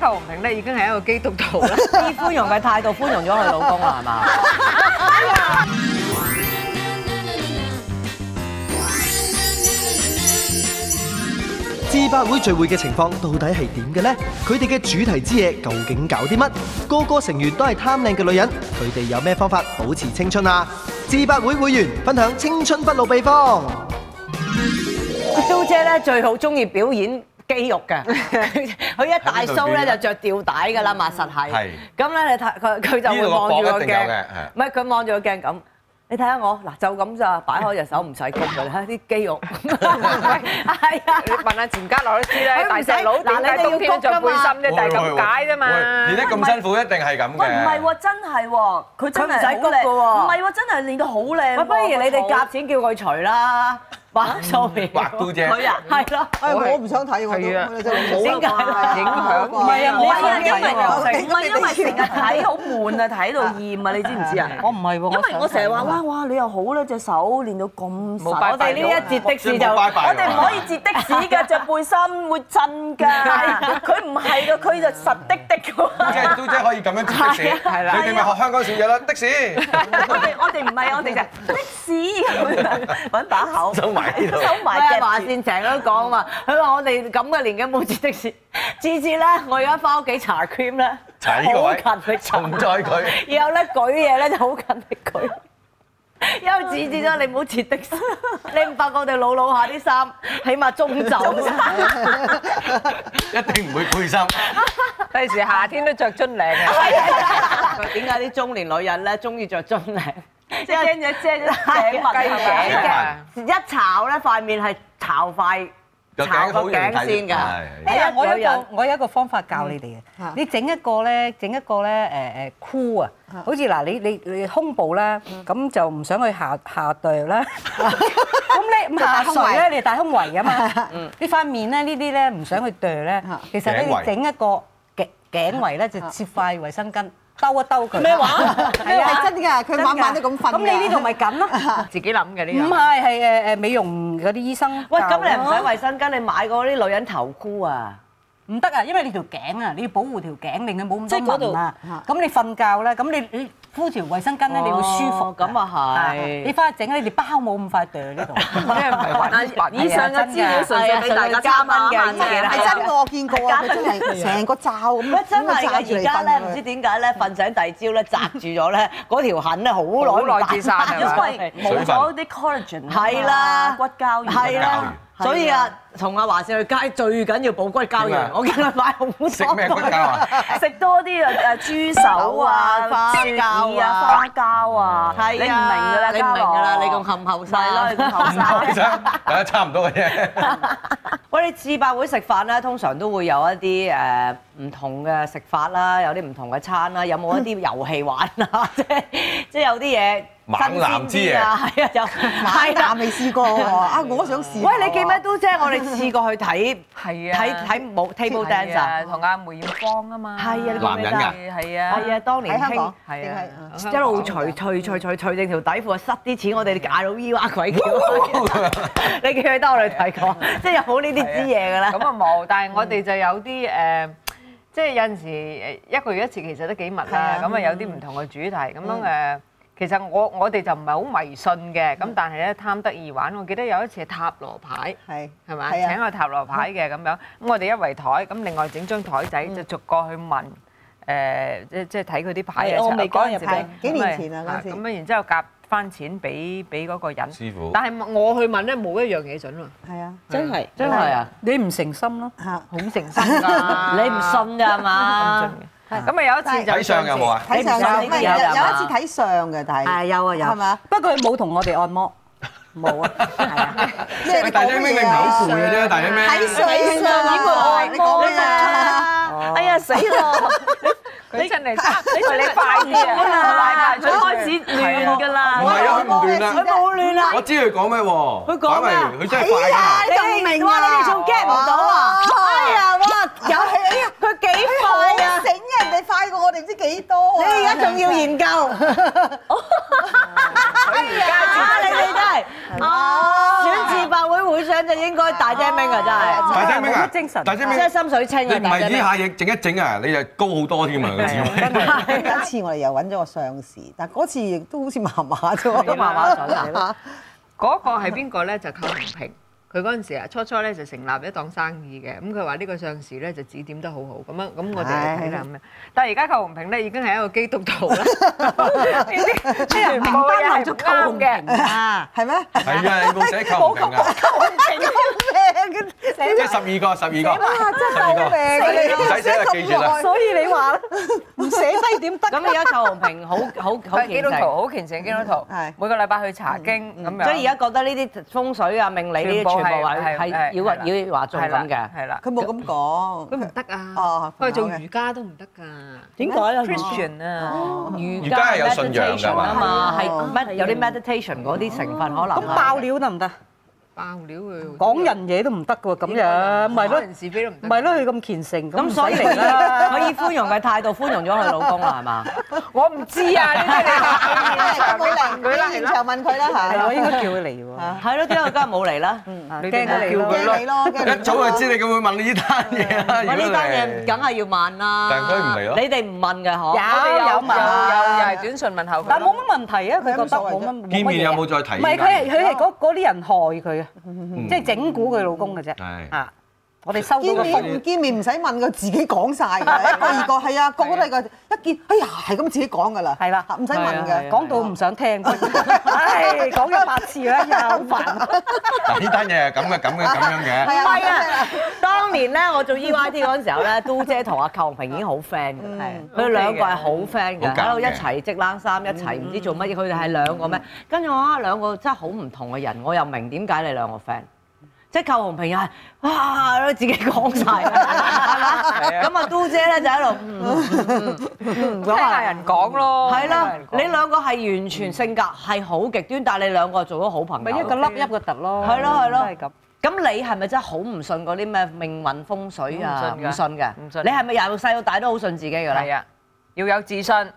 邱紅平咧已經係一個基督徒啦。
啲寬容嘅態度寬容咗佢老公啦，係嘛？
至八會聚會嘅情況到底係點嘅呢？佢哋嘅主題之夜究竟搞啲乜？個個成員都係貪靚嘅女人，佢哋有咩方法保持青春啊？至八會會員分享青春不老秘方。
Q 姐咧最好中意表演肌肉嘅，佢一大 show 咧就着吊帶㗎啦嘛，實係。
係
咁咧，你睇佢佢就會望住
呢度個膊
個
一定有
鏡
嘅係，
唔係佢望住個鏡咁。你睇下我嗱就咁咋，擺開隻手唔使谷㗎，睇下啲肌肉。係啊，
你問下錢嘉樂都 知
佢唔
啦
使，
大隻佬點解冬天着背心啫？就係咁解啫嘛。
喂練得咁辛苦，一定係咁
喂，唔係
嘅。
喎，真係喎，佢真
佢
係
唔使
好
谷㗎喎
靚，唔係喎，真係練到好靚
喂，
喎。
不如你哋
個肚
夾錢叫佢除啦，畫 sorry。
畫到啫，
佢啊。
係咯，
哎我唔想睇我
係啊
都，我真係
點解啊
影響
唔係啊
唔係啊，因為
我
唔係因為成日睇好悶啊，睇到厭啊，你知唔知啊？
我唔係喎，
因 為我成日話
想
哇
睇
哇，你又好啦，隻手練到咁實，
冇拜
我哋
呢一節的士就
拜拜
我哋唔可以截的士㗎，着背心會震 㗎。佢唔係㗎，佢就實的的㗎。
即係都即係可以咁樣接的士，
係啦
你哋咪學香港小姐啦，的士
我哋我哋唔係，我哋就的士咁樣揾把口
收埋呢度
收埋
係啊，華
夾住。
善成日都講嘛，佢話我哋咁嘅年紀冇接的士，次次咧我而家翻屋企搽 cream 咧，
查呢個
好
位
近佢
重
搽。
載佢。
然後咧舉嘢咧就好近力舉，因為指指咗你唔好切的士，你唔發覺我哋老老下啲衫，起碼中袖。
一定唔會背心，
第時夏天都着樽領啊！
點解啲中年女人咧中意着樽領？即
驚咗遮 咗頸
雞
襪係
頸
咪？啊
嘅
一炒咧塊面係炒塊
個
炒
頸好
個
容易睇
頸
到
先㗎
係。
哎呀，我有
女
一
人
個我有一個方法教你哋嘅，你整一個咧，整一個咧誒誒箍啊，好似嗱你你你胸部啦，咁就唔想去下下墜啦，咁你唔下垂咧，你大胸圍啊嘛，你塊面咧呢啲咧唔想去墜咧，其實咧
頸圍
你整一個頸頸圍咧就摺塊衛生巾。兜一兜佢咩話？ 係
係真㗎佢晚晚都咁瞓㗎
咁你呢度咪咁咯？
自己諗嘅呢
唔
樣。
係係誒誒美容嗰啲醫生
喂，
教
咁你唔
咯
使衛生巾，你買嗰啲女人頭箍啊？
唔得啊，因為你條頸啊，你要保護條頸，令佢冇
即係
咁
嗰
多
度
紋啊。咁你瞓覺咧，咁你你敷條衛生巾咧，你會舒服
哦
㗎。
咁啊係
你翻去整咧，你包冇咁快掉呢度。
但以上嘅資料純粹俾大家參考
係
下
啊
啫。
係真嘅，我見過啊，佢真係成個罩咁
喂
樣，，
真係
罩住
㗎！而
你
家
瞓
咧，唔
佢
知點解咧，瞓醒第二朝咧，擲住咗咧，嗰條痕咧，好耐
好耐至散啊
因
因
為
為冇咗啲 collagen 啊
係啦，
骨膠原
係
骨膠
啦
原，
所以啊，同阿華少去街最緊要補骨膠
點啊
原，我見佢買好多
食咩骨膠啊？
食多啲啊誒豬手啊、
花
雪耳啊、花膠啊，
係啊
你唔明㗎啦，
你唔明㗎啦，你咁
冚
冚後生
係咯，你咁 後生。
唔生，大家差唔多嘅啫。
喂，你自白會食飯咧，通常都會有一啲誒唔同嘅食法啦，有啲唔同嘅餐啦，有冇一啲遊戲玩啊？ 即係即係有啲嘢
猛男之
新鮮啲啊，係啊，有
買
係
啖
啊。
未試過喎，啊，我想試。
喂，你記唔記得？都姐？我哋試過去睇
係啊，
睇睇舞 table
係
dance 啊
啊，，同阿梅艷芳啊嘛，
係啊你
記唔記得啊
係啊，
係啊，當年
喺香
興
港
係啊，
定
一路除除除除除定條底褲，塞啲錢我哋嗌到依哇鬼叫， 你記唔記得我哋睇過？即係有冇呢啲之嘢㗎啦？
咁啊冇，但係我哋就有啲誒。即係有陣時誒一個月一次其實都幾密啦，咁啊有啲唔同嘅主題咁樣誒。其實我我哋就唔係好迷信嘅，咁但係咧貪得意玩。我記得有一次係塔羅牌，
係
係嘛？
係啊
請個塔羅牌嘅咁樣，咁我哋一圍台，咁另外整張台仔就逐個去問。Ờ, 誒，即即係睇佢啲牌
係
啊！
我未加入
嗰陣時
牌
你
幾年前啊嗰陣時
咁啊，然之後夾翻錢俾俾嗰個人
師傅
但係我去問咧，冇一樣嘢準喎，
係啊，
真係
真係啊！
你唔誠心咯，
嚇
好誠心㗎。
你唔信㗎嘛？
咁啊有一次就
睇相有冇啊？
睇相
你唔想
嘅，唔係
呢啲
有
有嘛
有一次睇相嘅，但係
係有啊有，
係嘛？
不過佢冇同我哋按摩，冇啊，係啊，
咩
喂大姐咩？你唔係好攰嘅啫，大姐咩？
睇相啊！
點會按
你
摩
講咩啊？
啊？哎呀死咯！
佢真係佢你快啲啊！快快
佢開始亂㗎
唔
啦。
係啊，佢唔亂
佢
啦。
冇亂啦！
我知佢講咩喎？
佢講咩啊
擺埋佢真係快㗎。
你哋
你仲明啊？
哇！你哋仲 get 唔到啊？哎呀！哇！有哎呀，佢幾快啊！
好醒啊，人哋快過我哋唔知幾多啊。
你而家仲要研究？啊！你哋真係哦，選自白會會長就應該大姐明啊！真係。
大姐咩啊？
冇乜精神
大姐
即
咩
係？心水清
你
啊！
唔
大
係
姐
呢
明。
下嘢整一整啊，你就高好多添啊！個智慧。
有一次我哋又搵咗個相士，但嗰次亦都好似麻麻啫喎。
都麻麻地啦。嗰個係邊個咧？就寇紅平。佢嗰陣時啊，初初咧就成立一檔生意嘅，咁佢話呢個上士咧就指點得好好，咁樣咁我哋就睇啦咁樣。但係而家寇紅平咧已經係一個基督徒啦，呢啲全部嘢係唔啱嘅。
啊，
係咩？
係啊，你冇寫扣唔平啊！即係十二個，十二個。
救命啊，你哋。
唔使寫啦，記住啦。
所以你話唔寫低點得？
咁而家寇紅平好好好
佢係基
虔
督徒，
誠，
好虔誠嘅基督徒
係，
每個禮拜去查經咁樣。
所嗯以而家覺得呢啲風水啊、命理呢啲全部係係妖惑妖話眾咁嘅。
係啦。
佢冇咁講。
佢唔得啊！
哦
佢係做
唔得嘅
瑜伽都唔得㗎。
點解啊
Christian 啊，
瑜
瑜伽係有信仰㗎
meditation
嘛
啊嘛，係
哦
乜有啲 meditation 嗰啲成分可能
咁爆料得唔得？
爆料佢
講人嘢都唔得喎，咁樣咪咯，
人是非都唔
唔
得。
係咯，佢咁虔誠，
咁
唔使
所以
嚟啦。
佢以寬容嘅態度寬容咗佢老公啦，係嘛？
我唔知啊，呢啲你佢啦，係啦，
係，咁好嚟， 你現場問佢啦，嚇。
係我應該叫佢嚟喎，
係咯，點解佢今日冇嚟嗯啦？
啊
你哋
驚佢嚟咯。
驚你咯，驚你咯。
一早就知你咁會問呢單嘢啦。
喂，
如果
呢單嘢
你
梗係要問啦。
但佢唔嚟咯
你哋唔問嘅
有
嗬？
有
有
問。
有又係短信問候佢。
但冇乜問題啊，佢覺得冇乜冇乜嘢
見面有冇再提呢
唔係
單
佢
嘢
係佢係嗰嗰啲人害佢啊，即係整蠱佢老公嘅啫。
係
啊，我哋收
見
到個
面唔見面唔使問佢自己講 晒㗎，一個二個係啊，個個都係個一見，哎呀係咁自己講㗎啦，
係啦
嚇唔使問
係啊係
嘅
啊。
講到唔想聽， 唉，講咗八次啦，又好煩。
嗱呢單嘢係咁嘅，咁嘅，咁樣嘅。
係
唔係
啊，
啊！當年咧，我做 EYT 嗰陣時候咧，都姐同阿寇紅平已經好 friend 嘅，佢哋兩個係嗯好 friend 嘅，
好夾嘅
喺度一齊織冷衫，一齊唔知做乜嘢，佢哋係兩個咩？跟住我話兩個真係好唔同嘅人，我又明點解你兩個 friend。即係寇紅平又係哇，自己講晒，係嘛？咁啊，都姐咧就喺度嗯嗯嗯嗯
聽
講
下
啊
人講咯，
係
聽下
啦
人，講
你兩個係完全性格係好極端，但係你兩個做咗好朋
咪
友。
一個粒一個突咯，
係咯係咯
都係咁。
咁你係咪真係好唔信嗰啲咩命運風水啊？
唔信㗎
唔信嘅，
唔信
你係咪由細到大都好信自己㗎啦？
係啊，要有自信，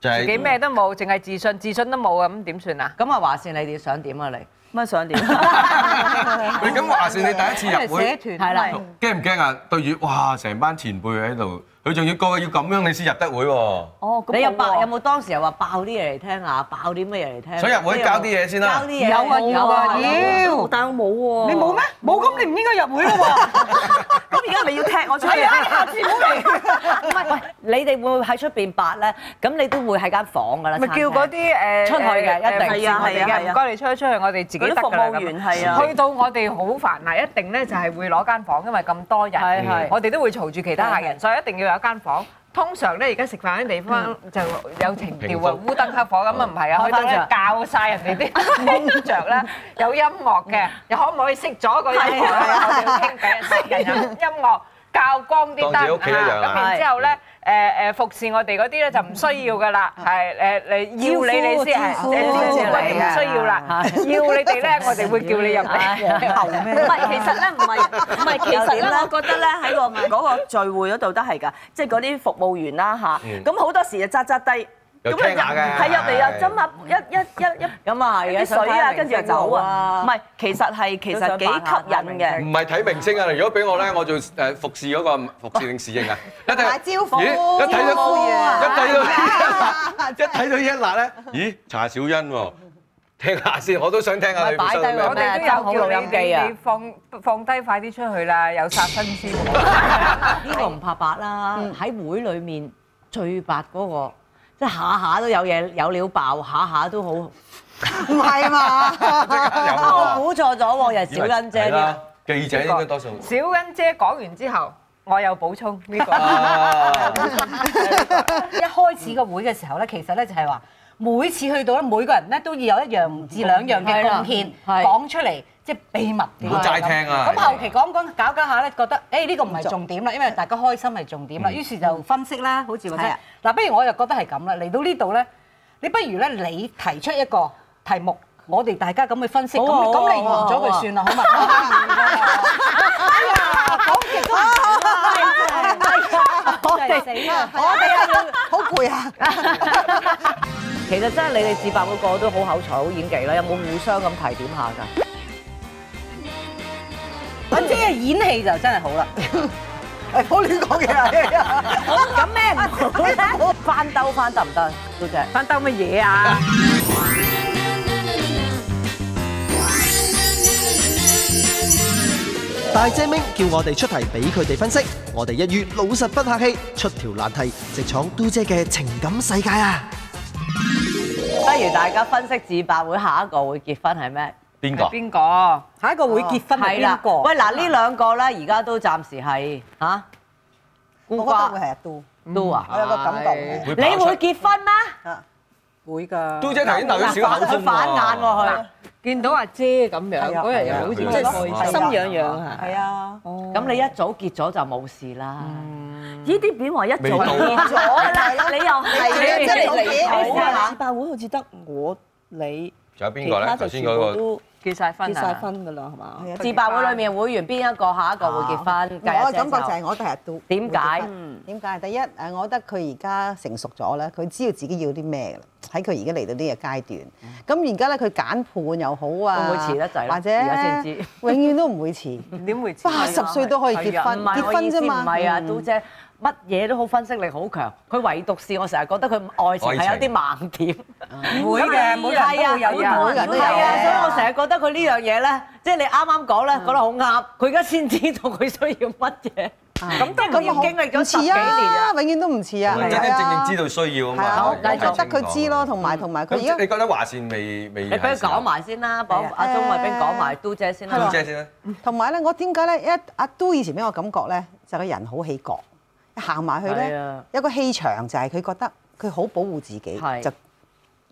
就係
自己咩都冇，淨係自信，自信都冇啊，咁點算啊？
咁啊，華善你哋想點啊？你
乜想點？
你咁話事，你第一次入會
團
係啦，
驚唔驚啊？對住哇，成班前輩喺度，佢仲要個個要咁樣你先入得會喎。
哦，咁
你又
好
爆
喎
有冇當時又話爆啲嘢嚟聽啊？爆啲乜嘢嚟聽？
想入會
有冇
交啲嘢先啦
交啲嘢
有啊有
Ờ,
啊，妖！
但我冇喎。
你冇咩？？冇咁你唔應該入會啦喎！
咁而家咪要踢我出去？下次唔好嚟。
唔係喂，你哋會唔會喺出邊八咧？咁你都會喺間房㗎啦。
咪
餐
叫
廳
嗰啲誒
出去嘅一定
係啊
係啊
係
係
啊，
啊
唔該你出去出去，我哋自己得
嗰啲服
㗎啦
務
咁
員。係啊
去。到我哋好煩啦，一定咧就係會攞間房，因為咁多人
係係，
我哋都會嘈住其他客
係
人，所以一定要有間房。通常咧，而家食飯啲地方就有情調啊，烏燈黑火咁啊，唔係啊，
開
去到
翻
咧
着
教晒人哋啲 工著咧，有音樂嘅，又可唔可以熄咗個音樂咧？我哋要傾偈，識人有音樂。教光啲
當自己
燈
屋企一樣啊
咁然之後咧，誒誒服侍我哋嗰啲咧就唔需要噶啦，係誒你要你你先係，
招呼
誒
招呼
你我哋唔需要啦，要你哋咧我哋會叫你入嚟。
唔係，其實咧唔係唔係，其實咧，我覺得咧喺個嗰個聚會嗰度都係㗎，即係嗰啲服務員啦吓，
嗯
咁好多時就扎扎低，
又
咁啊
聽下
入
嘅
係入嚟又斟下一一一一
咁啊，而家
啲水啊，跟住就走啊，唔
唔係
係，其實係其實幾
都想扮下
吸引嘅。
唔係睇明星啊！如果俾我咧，我做誒服侍嗰個服侍定侍 應啊，一
打
睇
招呼，
咦一睇
招呼啊
到 一睇到一
真係
睇到一辣咧，咦查小欣喎，聽下先，我都想聽下你本身
咪擺低
我
佢
哋都有叫你哋
咩
放放低快啲出去啦，有殺身之禍。
呢個唔怕白啦，喺會裡面最白嗰個，即係下下都有嘢有料爆，下下都好。
唔係嘛？
啊， 我
有
估錯咗喎，又係
喎
小欣姐
係
啲
啦。記者應該多數
小欣姐講完之後，我有補充呢個。
啊，
一開始個會嘅時候咧，其實咧就係話，每次去到咧，每個人咧都要有一樣至兩樣嘅貢獻
係
講出嚟，即係秘密
唔
點
好齋聽啊
咁後期講講搞搞下咧，覺得誒呢個唔係重點啦，因為大家開心係重
嗯
點啦，於是就分析啦，好似或者
係啊
嗱，不如我就覺得係咁啦，嚟到呢度咧，你不如咧你提出一個題目。我哋大家咁去分析，咁
好啊好啊
咁你完咗佢算啦，好嘛？ 哎呀，講極都唔想啦，我哋死啦！
我哋好攰啊！
其實真係你哋自白嗰個都好口才、好演技啦，有冇互相咁提點下㗎？
我即係演戲就真係好啦，
誒唔好亂講嘢啊！
咁咩唔好咧？翻兜翻得唔得？都姐，
翻兜乜嘢啊？
大姐明叫我哋出題俾佢哋分析，我哋一於老實不客氣，出條難題，直闖嘟姐嘅情感世界啊！
不如大家分析自白會下一個會結婚係咩？
邊個？
邊個？
下一個會結婚係邊個？
喂，嗱呢兩個咧，而家都暫時係嚇
我
孤
覺得會
瓜
係阿都，
都啊
我。有個感覺。
你會結婚咩？
會㗎，
嘟姐頭先留咗小口
佢
風
反眼喎佢。
見到阿姐咁樣，
係啊
嗰日又好似
係啊
好開
係啊
心
心癢癢啊！
係啊，
咁你一早結咗就冇事啦。
呢啲片話一
未
早
到
見咗啦，你又
係啊
你
真係
你
離譜
你
啊
自爆會好似得我你，
仲有
其
邊個咧？
他
頭
就
先
全
嗰
部
個
都
結晒
結
婚
晒
啦。
婚㗎啦，係嘛？
自白會裏面會員邊一個下一個會結婚？計下
我嘅感覺就
先
係我覺得係阿都。
點解？嗯
點解？第一誒，我覺得佢而家成熟咗啦，佢知道自己要啲咩啦。喺佢而家嚟到呢個階段，咁而家咧佢揀伴又好啊，
嗯會唔會遲得滯咧
或者
而家先知
永遠都唔會遲。
點會知？
八十歲都可以結婚，
唔係
結
我
婚
意思
啫
唔
嘛。
係啊，都姐，乜嘢都好分析力好強，佢唯獨是我成日覺得佢愛情係有啲盲點。
會嘅，每個人都會有人，
每個人都有
係啊，
嘅
所以我成日覺得佢呢樣嘢咧，即係你啱啱講咧，講得好啱。佢而家先知道佢需要乜嘢， 咁當然要經歷咗十幾年啊。
唔似啊，永遠都唔似啊，
真真正正知道需要啊
係啊，
嘛，
繼續
講清楚
我覺得佢知咯，同埋-同埋佢
嗯咁
而家
你覺得華善未未？
你俾佢講。埋先啦，幫
係啊
阿鐘慧冰講埋嘟姐先啦
姑。姐先啦，
同埋咧，我點解咧？一阿都以前俾我感覺咧，就個人好氣角，一行埋去
係
咧
啊，
有個氣場就係佢覺得佢好保護自己
係，
就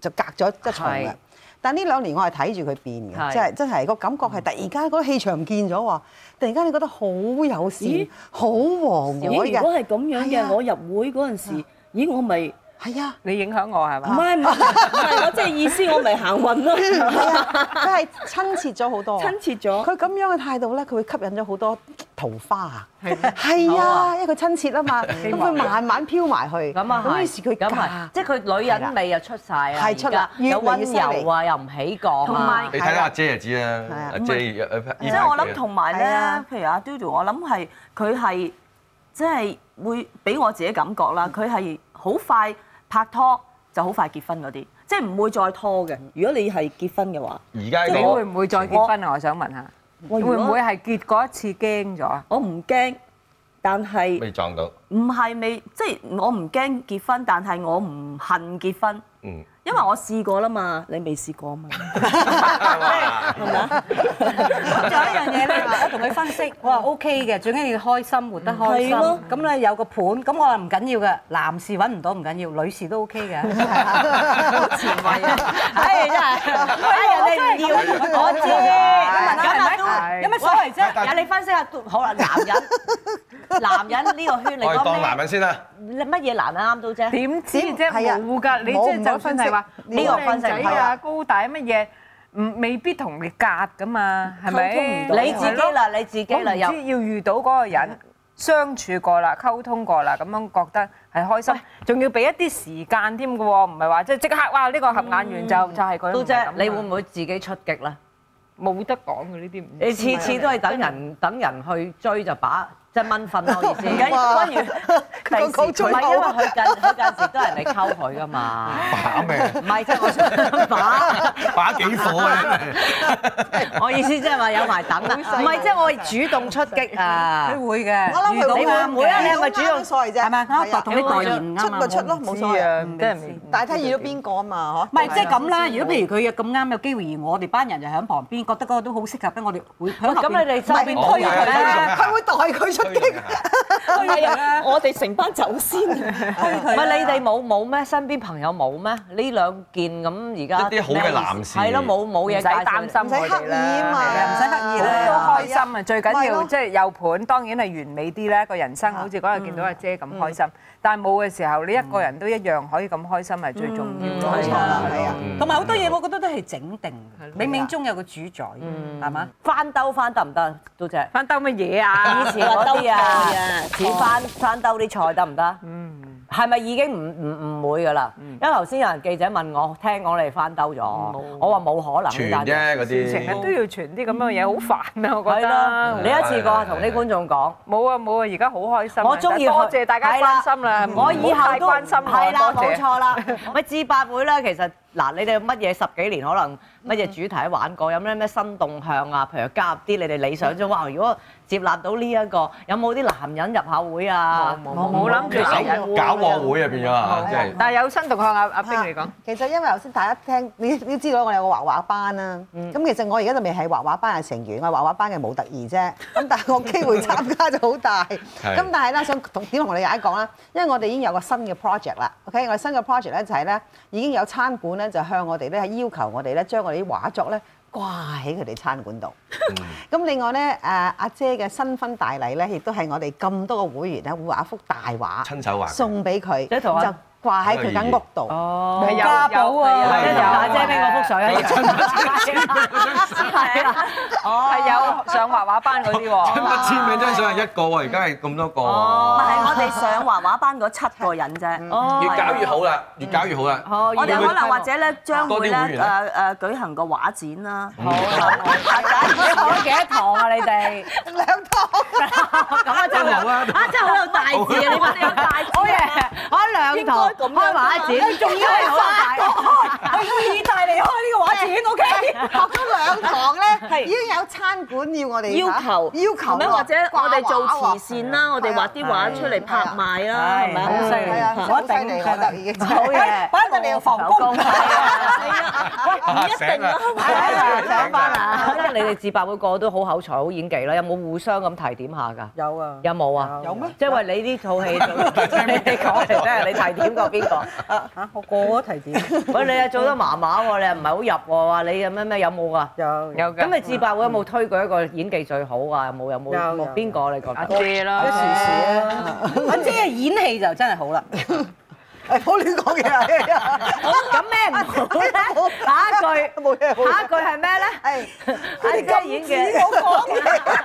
就隔咗一重
係
嘅。但呢兩年我係睇住佢變嘅，
係
即係真係個感覺係突然間嗰個氣場唔見咗喎，突然間你覺得好友善、好和藹
咦，如果
嘅，
係咁樣
係啊
嘅，我入會嗰陣時，咦，我咪〜
係啊。
你影響我係
唔
嘛？
係唔係唔係，我即係意思，我咪行運 咯，
係啊，佢係親切咗好多，
親切咗。
佢咁樣嘅態度咧，佢會吸引咗好多桃花啊！係啊，因為佢親切啊嘛，咁佢慢慢飄埋去，
咁啊係，
於是佢
咁啊
嫁，
即係佢女人味又出晒啊，
係出啦
而家有
越嚟
温
越犀利
柔啊，又唔起降
同
啊
埋。
你睇下阿姐就知啦。阿姐有有
即係我諗
有
同埋
係
咧
啊，
譬如阿 Dodo，我諗係佢係即係會俾我自己感覺啦，佢係好快拍拖就好快結婚嗰啲，即係唔會再拖嘅。如果你係結婚嘅話，
而家
你會
講
唔會再結婚啊？我想問下，
我
會
如果
唔會係結嗰一次驚咗？
我唔驚，但係
未撞到，
唔係未即係我唔驚結婚，但係我唔恨結婚，
嗯，
因為我試過啦嘛，你未試過 啊嘛。
仲有一樣嘢咧，我同佢分析，我話 O K 嘅，最緊要開心，活得開心
係咯。
咁咧有個盤，咁我話唔緊要嘅，男士揾唔到唔緊要，女士都 O K 嘅。前衞啊！唉，真係，唉人哋唔要，我知。咁咪
係
有乜所謂啫？
有你分析下，好啦，男人，男人呢個圈你
我哋當
講
男
咩？
人先啦。
乜嘢男人啱到啫？
點知
點係啊
啫？冇㗎，你即
冇唔
係
可
就算
分析
係話
呢
個
好靚仔
分析係啊
啊、高大乜嘢，唔未必同你夾㗎嘛，係
溝通
咪
唔？到
你自己啦，你自己
我唔
啦，
知
又
要遇到嗰個人相處過啦、溝通過啦，咁樣覺得係開心，仲要俾一啲時間添嘅喎，唔係話即係即刻哇呢個合眼緣就就係佢。
都
唔係咁
啫
啊。
你會唔會自己出擊咧？
冇得講嘅呢啲唔？
你次次都係等人等人去追就把即係蚊瞓咯，我意思。唔
緊要
關於第時
佢講
唔
最
係因為
好
佢近佢近時都係你溝佢噶嘛。
把命，
唔係即係我 想把。
把幾火啊！
我意思即係話有埋等啦，唔係即係我係主動出擊啊！
佢會嘅，
我諗佢
你會唔會啊你係咪主哦動
所謂啫？啊
係咪？我同你代
代
言
言
出咪出咯，冇所謂。
啊，真係唔
大家遇到邊個啊嘛？
唔係即係咁啦，如果譬如佢咁啱有機會，而我哋班人就喺旁邊，覺得嗰個都好適合咧，我哋會喺
咁你哋周邊啊
唔係
推佢咧，
佢會代佢出
啊
擊。
係啊，我哋成班走先。
唔係你哋冇冇咩？身邊朋友冇咩？呢兩件咁而家
一啲好嘅男士
係咯，冇冇嘢
使
介
擔
紹
心
你。
我哋啦，係啊
唔使刻意
都
啦
開心啊！最緊
咪
要
咯
即係有伴，當然係完美啲啦。個人生好似嗰日見到阿姐咁開心，但係冇嘅時候，你一個人都一樣可以咁開心，係最重要咯。
冇錯啦，係啊。
同埋好多嘢，我覺得都係整定嘅，冥冥中有個主宰，係嘛？
翻兜翻得唔得？都姐，
翻兜乜嘢啊
以？前嗰啲啊，似翻翻兜啲菜得唔得？
嗯，
係咪已經唔唔唔會㗎啦？因為頭先有人記者問我，聽講你哋翻兜咗，我話冇可能
全
呢單嘢。
啫嗰
成日都
啲，
要傳啲咁樣嘅嘢，好煩啊！我覺
係
得
啦，你一次過同啲觀眾講。
冇啊冇啊，而家好開心啊。
我中意
多
佢
謝大家
係啦
關心啦，
我以後都
唔好太關心我
係啦，
多
冇
謝
錯啦。咪至八會咧，其實嗱，你哋乜嘢十幾年可能乜嘢主題玩過，有咩咩新動向啊？譬如加入啲你哋理想中，哇！如果接納到呢一個，有冇啲男人入下會啊？
冇冇冇諗住嚟啊
搞搞我會啊變咗啊，即係
但係有新同學阿阿冰嚟講。
其實因為頭先大家聽，你你知道我有個畫畫班啦。咁其實我而家就未係畫畫班嘅成員，我係畫畫班嘅模特兒啫。咁但係我機會參加就好大。咁但係咧，想同點同我哋大家講啦，因為我哋已經有個新嘅 project 啦。OK，我哋新嘅 project 咧就係咧已經有餐館咧就向我哋咧要求我哋咧將我哋啲畫作咧掛喺佢哋餐館度。咁另外咧，誒阿姐嘅新婚大禮咧，亦都係我哋咁多個會員咧會畫一幅大畫，
親手畫嘅
送俾佢，
即係同阿
就掛喺佢間屋度。
哦，
係有
家寶啊
有
即係
係
同
有
阿姐俾我幅相一樣。
係啊，係有上畫畫班嗰啲喎。
乜簽名張相係一個喎，而家係咁多個喎。
唔係我哋上畫畫班嗰七個人啫。
哦
越搞越。好啦，越搞越好啦。
哦，
我哋 可能或者咧，將會咧
多啲會員啊哦
誒誒舉行個畫展啦。
好
大家
開幾多堂啊？你哋
兩套
咁啊真係好啊，啊真係好有大志啊！你話你有 大志，好嘢，開兩堂
應該咁樣
開畫展，仲要係好大。
去意大利開呢個畫展，OK？
學咗兩堂咧，已經有餐館要我哋
要求
要求啊
咩？
喎
或者我哋做慈
掛畫喎
善啦，我哋畫啲畫出嚟拍賣啦，係咪啊？
好犀利
係啊，
我
好
一
犀
定
利，我
係啦
覺得已經
好
à.
嘢，擺到你個房
啊
工。
嚇醒啦！dạ,
想翻啦！可能你哋自白會個個都好口才、好演技啦，有冇互相咁提點下㗎？
有啊，
有冇啊？
有咩
即係話你呢套戲，你哋講嚟聽下，你提點過邊個？
嚇我個個提點，
喂，你又做得麻麻喎，你又唔係好入喎，話你有咩咩有冇啊？
有
Dạ,
有嘅。
咁你自白會有冇推舉一個演技最好啊？有冇有冇
有有
冇邊個你覺
阿
得？
姐啦，
我即係演戲就真係好啦。哎
誒，唔好亂講嘢啊！
哦咁咩唔好咧？下一句，
冇嘢，冇嘢
下一句係咩咧？
係
阿姐演嘅。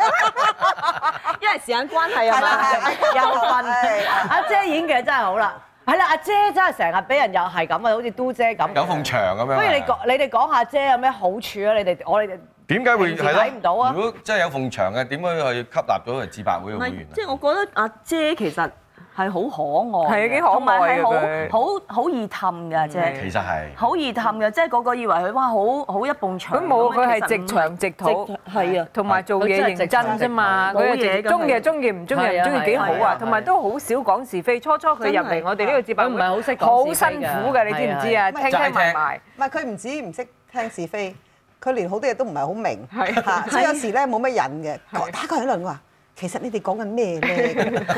因為時間關係啊
係
嘛
啦，係啦，有份
係啊。
阿姐演嘅真係好啦，係啦，阿姐真係成日俾人又係咁啊，好似嘟姐咁。
有啊埲牆咁樣。
不如你講，你哋講下姐有咩好處啊？你哋我哋
點解會
平時
係咯
睇唔到啊
如果真係有埲牆嘅，點樣去吸納咗去自白會嘅
唔
會
係
員，啊
即係我覺得阿姐其實係好可愛嘅，啊
係幾可愛嘅
同埋係
佢
好好好易氹嘅阿姐
其，實係。
好易氹嘅，即係個個以為佢哇好好一埲牆咁樣。
佢冇，佢係
其實唔
直腸直肚，
係啊，
同埋做嘢認真啫嘛。
佢
佢
真係直
係
腸直肚
中意就中意，唔中意就唔
係
中
啊
意，幾好
係啊係啊
啊！同埋都好少講是非。初初佢入嚟我哋呢個節
佢唔
目，
係好識講
好
是
辛
非㗎
苦嘅，你知唔知啊？聽聽埋埋，
唔係佢唔止唔識聽是非，佢連好多嘢都唔係好明，
係
嚇所以有時咧冇乜人嘅。
係
打個喺論話，其實你哋講緊咩咧？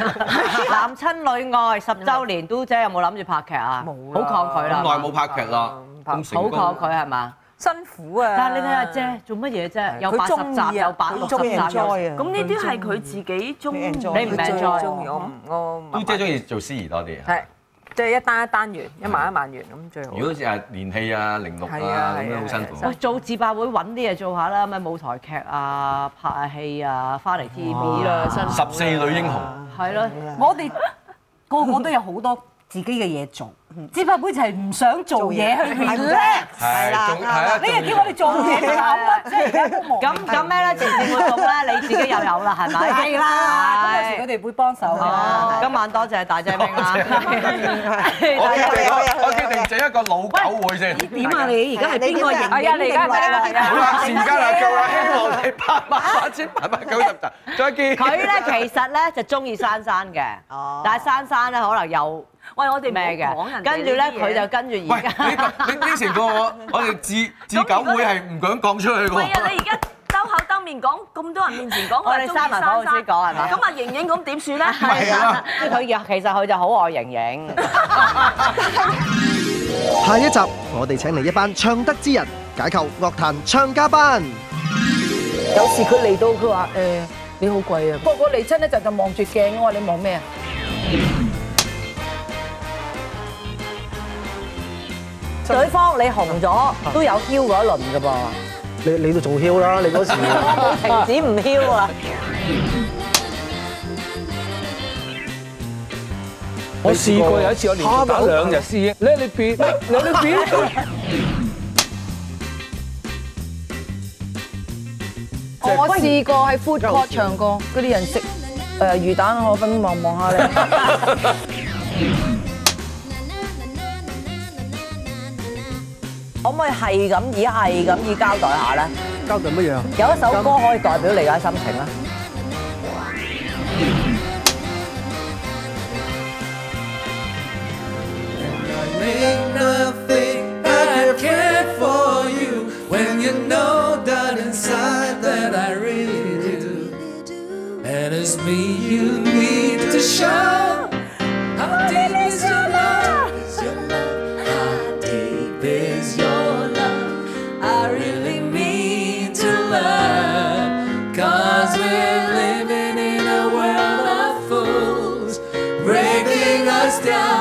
男親女愛十週年，嘟姐有冇諗住拍劇啊？
冇
好
啦
抗拒
咁
啦，
耐冇拍劇啦，咁成
好
功。
抗拒係嘛？
辛苦啊！
但係你睇阿姐做乜嘢啫？有八十
佢中意啊
集，有八六十
佢中意
集，有
enjoy 啊！
咁呢啲係佢自己中意，
你 enjoy
你唔
佢最
enjoy
中意我唔我麻麻
都姐中意做司儀多啲。
係即係一單一單完，一萬一萬完咁最好。
如果誒連戲啊、零六
係啊
啊咁樣好辛苦。
係啊
喂，做自白會揾啲嘢做下啦，咩舞台劇啊、拍下戲啊、翻嚟 TV 啦，辛苦
十四女英雄，
係咯。
我哋個個都有好多自己嘅嘢做，只不過就係唔想做嘢去 relax。
係
係
啦
仲係啊，
你又叫我哋做嘢搞乜啫？而家都忙。啊
咁咁咩咧？直接活動咧，你自己又有啦，係 咪？
係啦，咁有啊
係
時佢哋會幫手
哦，
嘅。
今晚多謝大姐啊明啦。大家
我決定
好嘢好嘢
我我決定整一個老狗會先。
點啊你而家係邊個型？
哎呀，你而家咪啦，係
好
啊
啦，時間就夠啦，希望你八萬八千八百九十集，再見。
佢咧其實咧就中意珊珊嘅，
哦
但係珊珊咧可能又
喂，我哋唔
咩
好講
嘅，
人哋
跟住咧
呢啲嘢
佢就跟住
喂，
而
你
家。
你你應承過我，我哋自自狗會係唔敢講出去嘅
唔係
喎。
啊！你而家兜口兜面講咁多人面前講，
我哋閂埋房先講係嘛
咁啊，盈盈咁點算咧？
係啊，
佢又其實佢就好愛盈盈。
下一集我哋請嚟一班唱得之人，解構樂壇唱家班。
有時佢嚟到，佢話誒你好貴啊！個個嚟親咧就就望住鏡，我話你望咩啊？
對方你紅咗都有囂嗰一輪㗎噃，
你你都做囂啦，你嗰時。
停止唔囂啊！
我試過有一次，我連續打兩日試英，你喺你變，你喺你變。
我試過喺 food court 唱歌，嗰啲人食誒魚蛋河粉望望下你。
可唔可以係咁以係咁以交代下咧？
交代乜嘢啊？
有一首歌可以代表你而家心情啦。
Ain't nothing I care for you when you know that inside that I really do. And it's me you need to show. How deep is your love? Is your love? How deep is your love? I really mean to love. Cause we're living in a world of fools, breaking us down.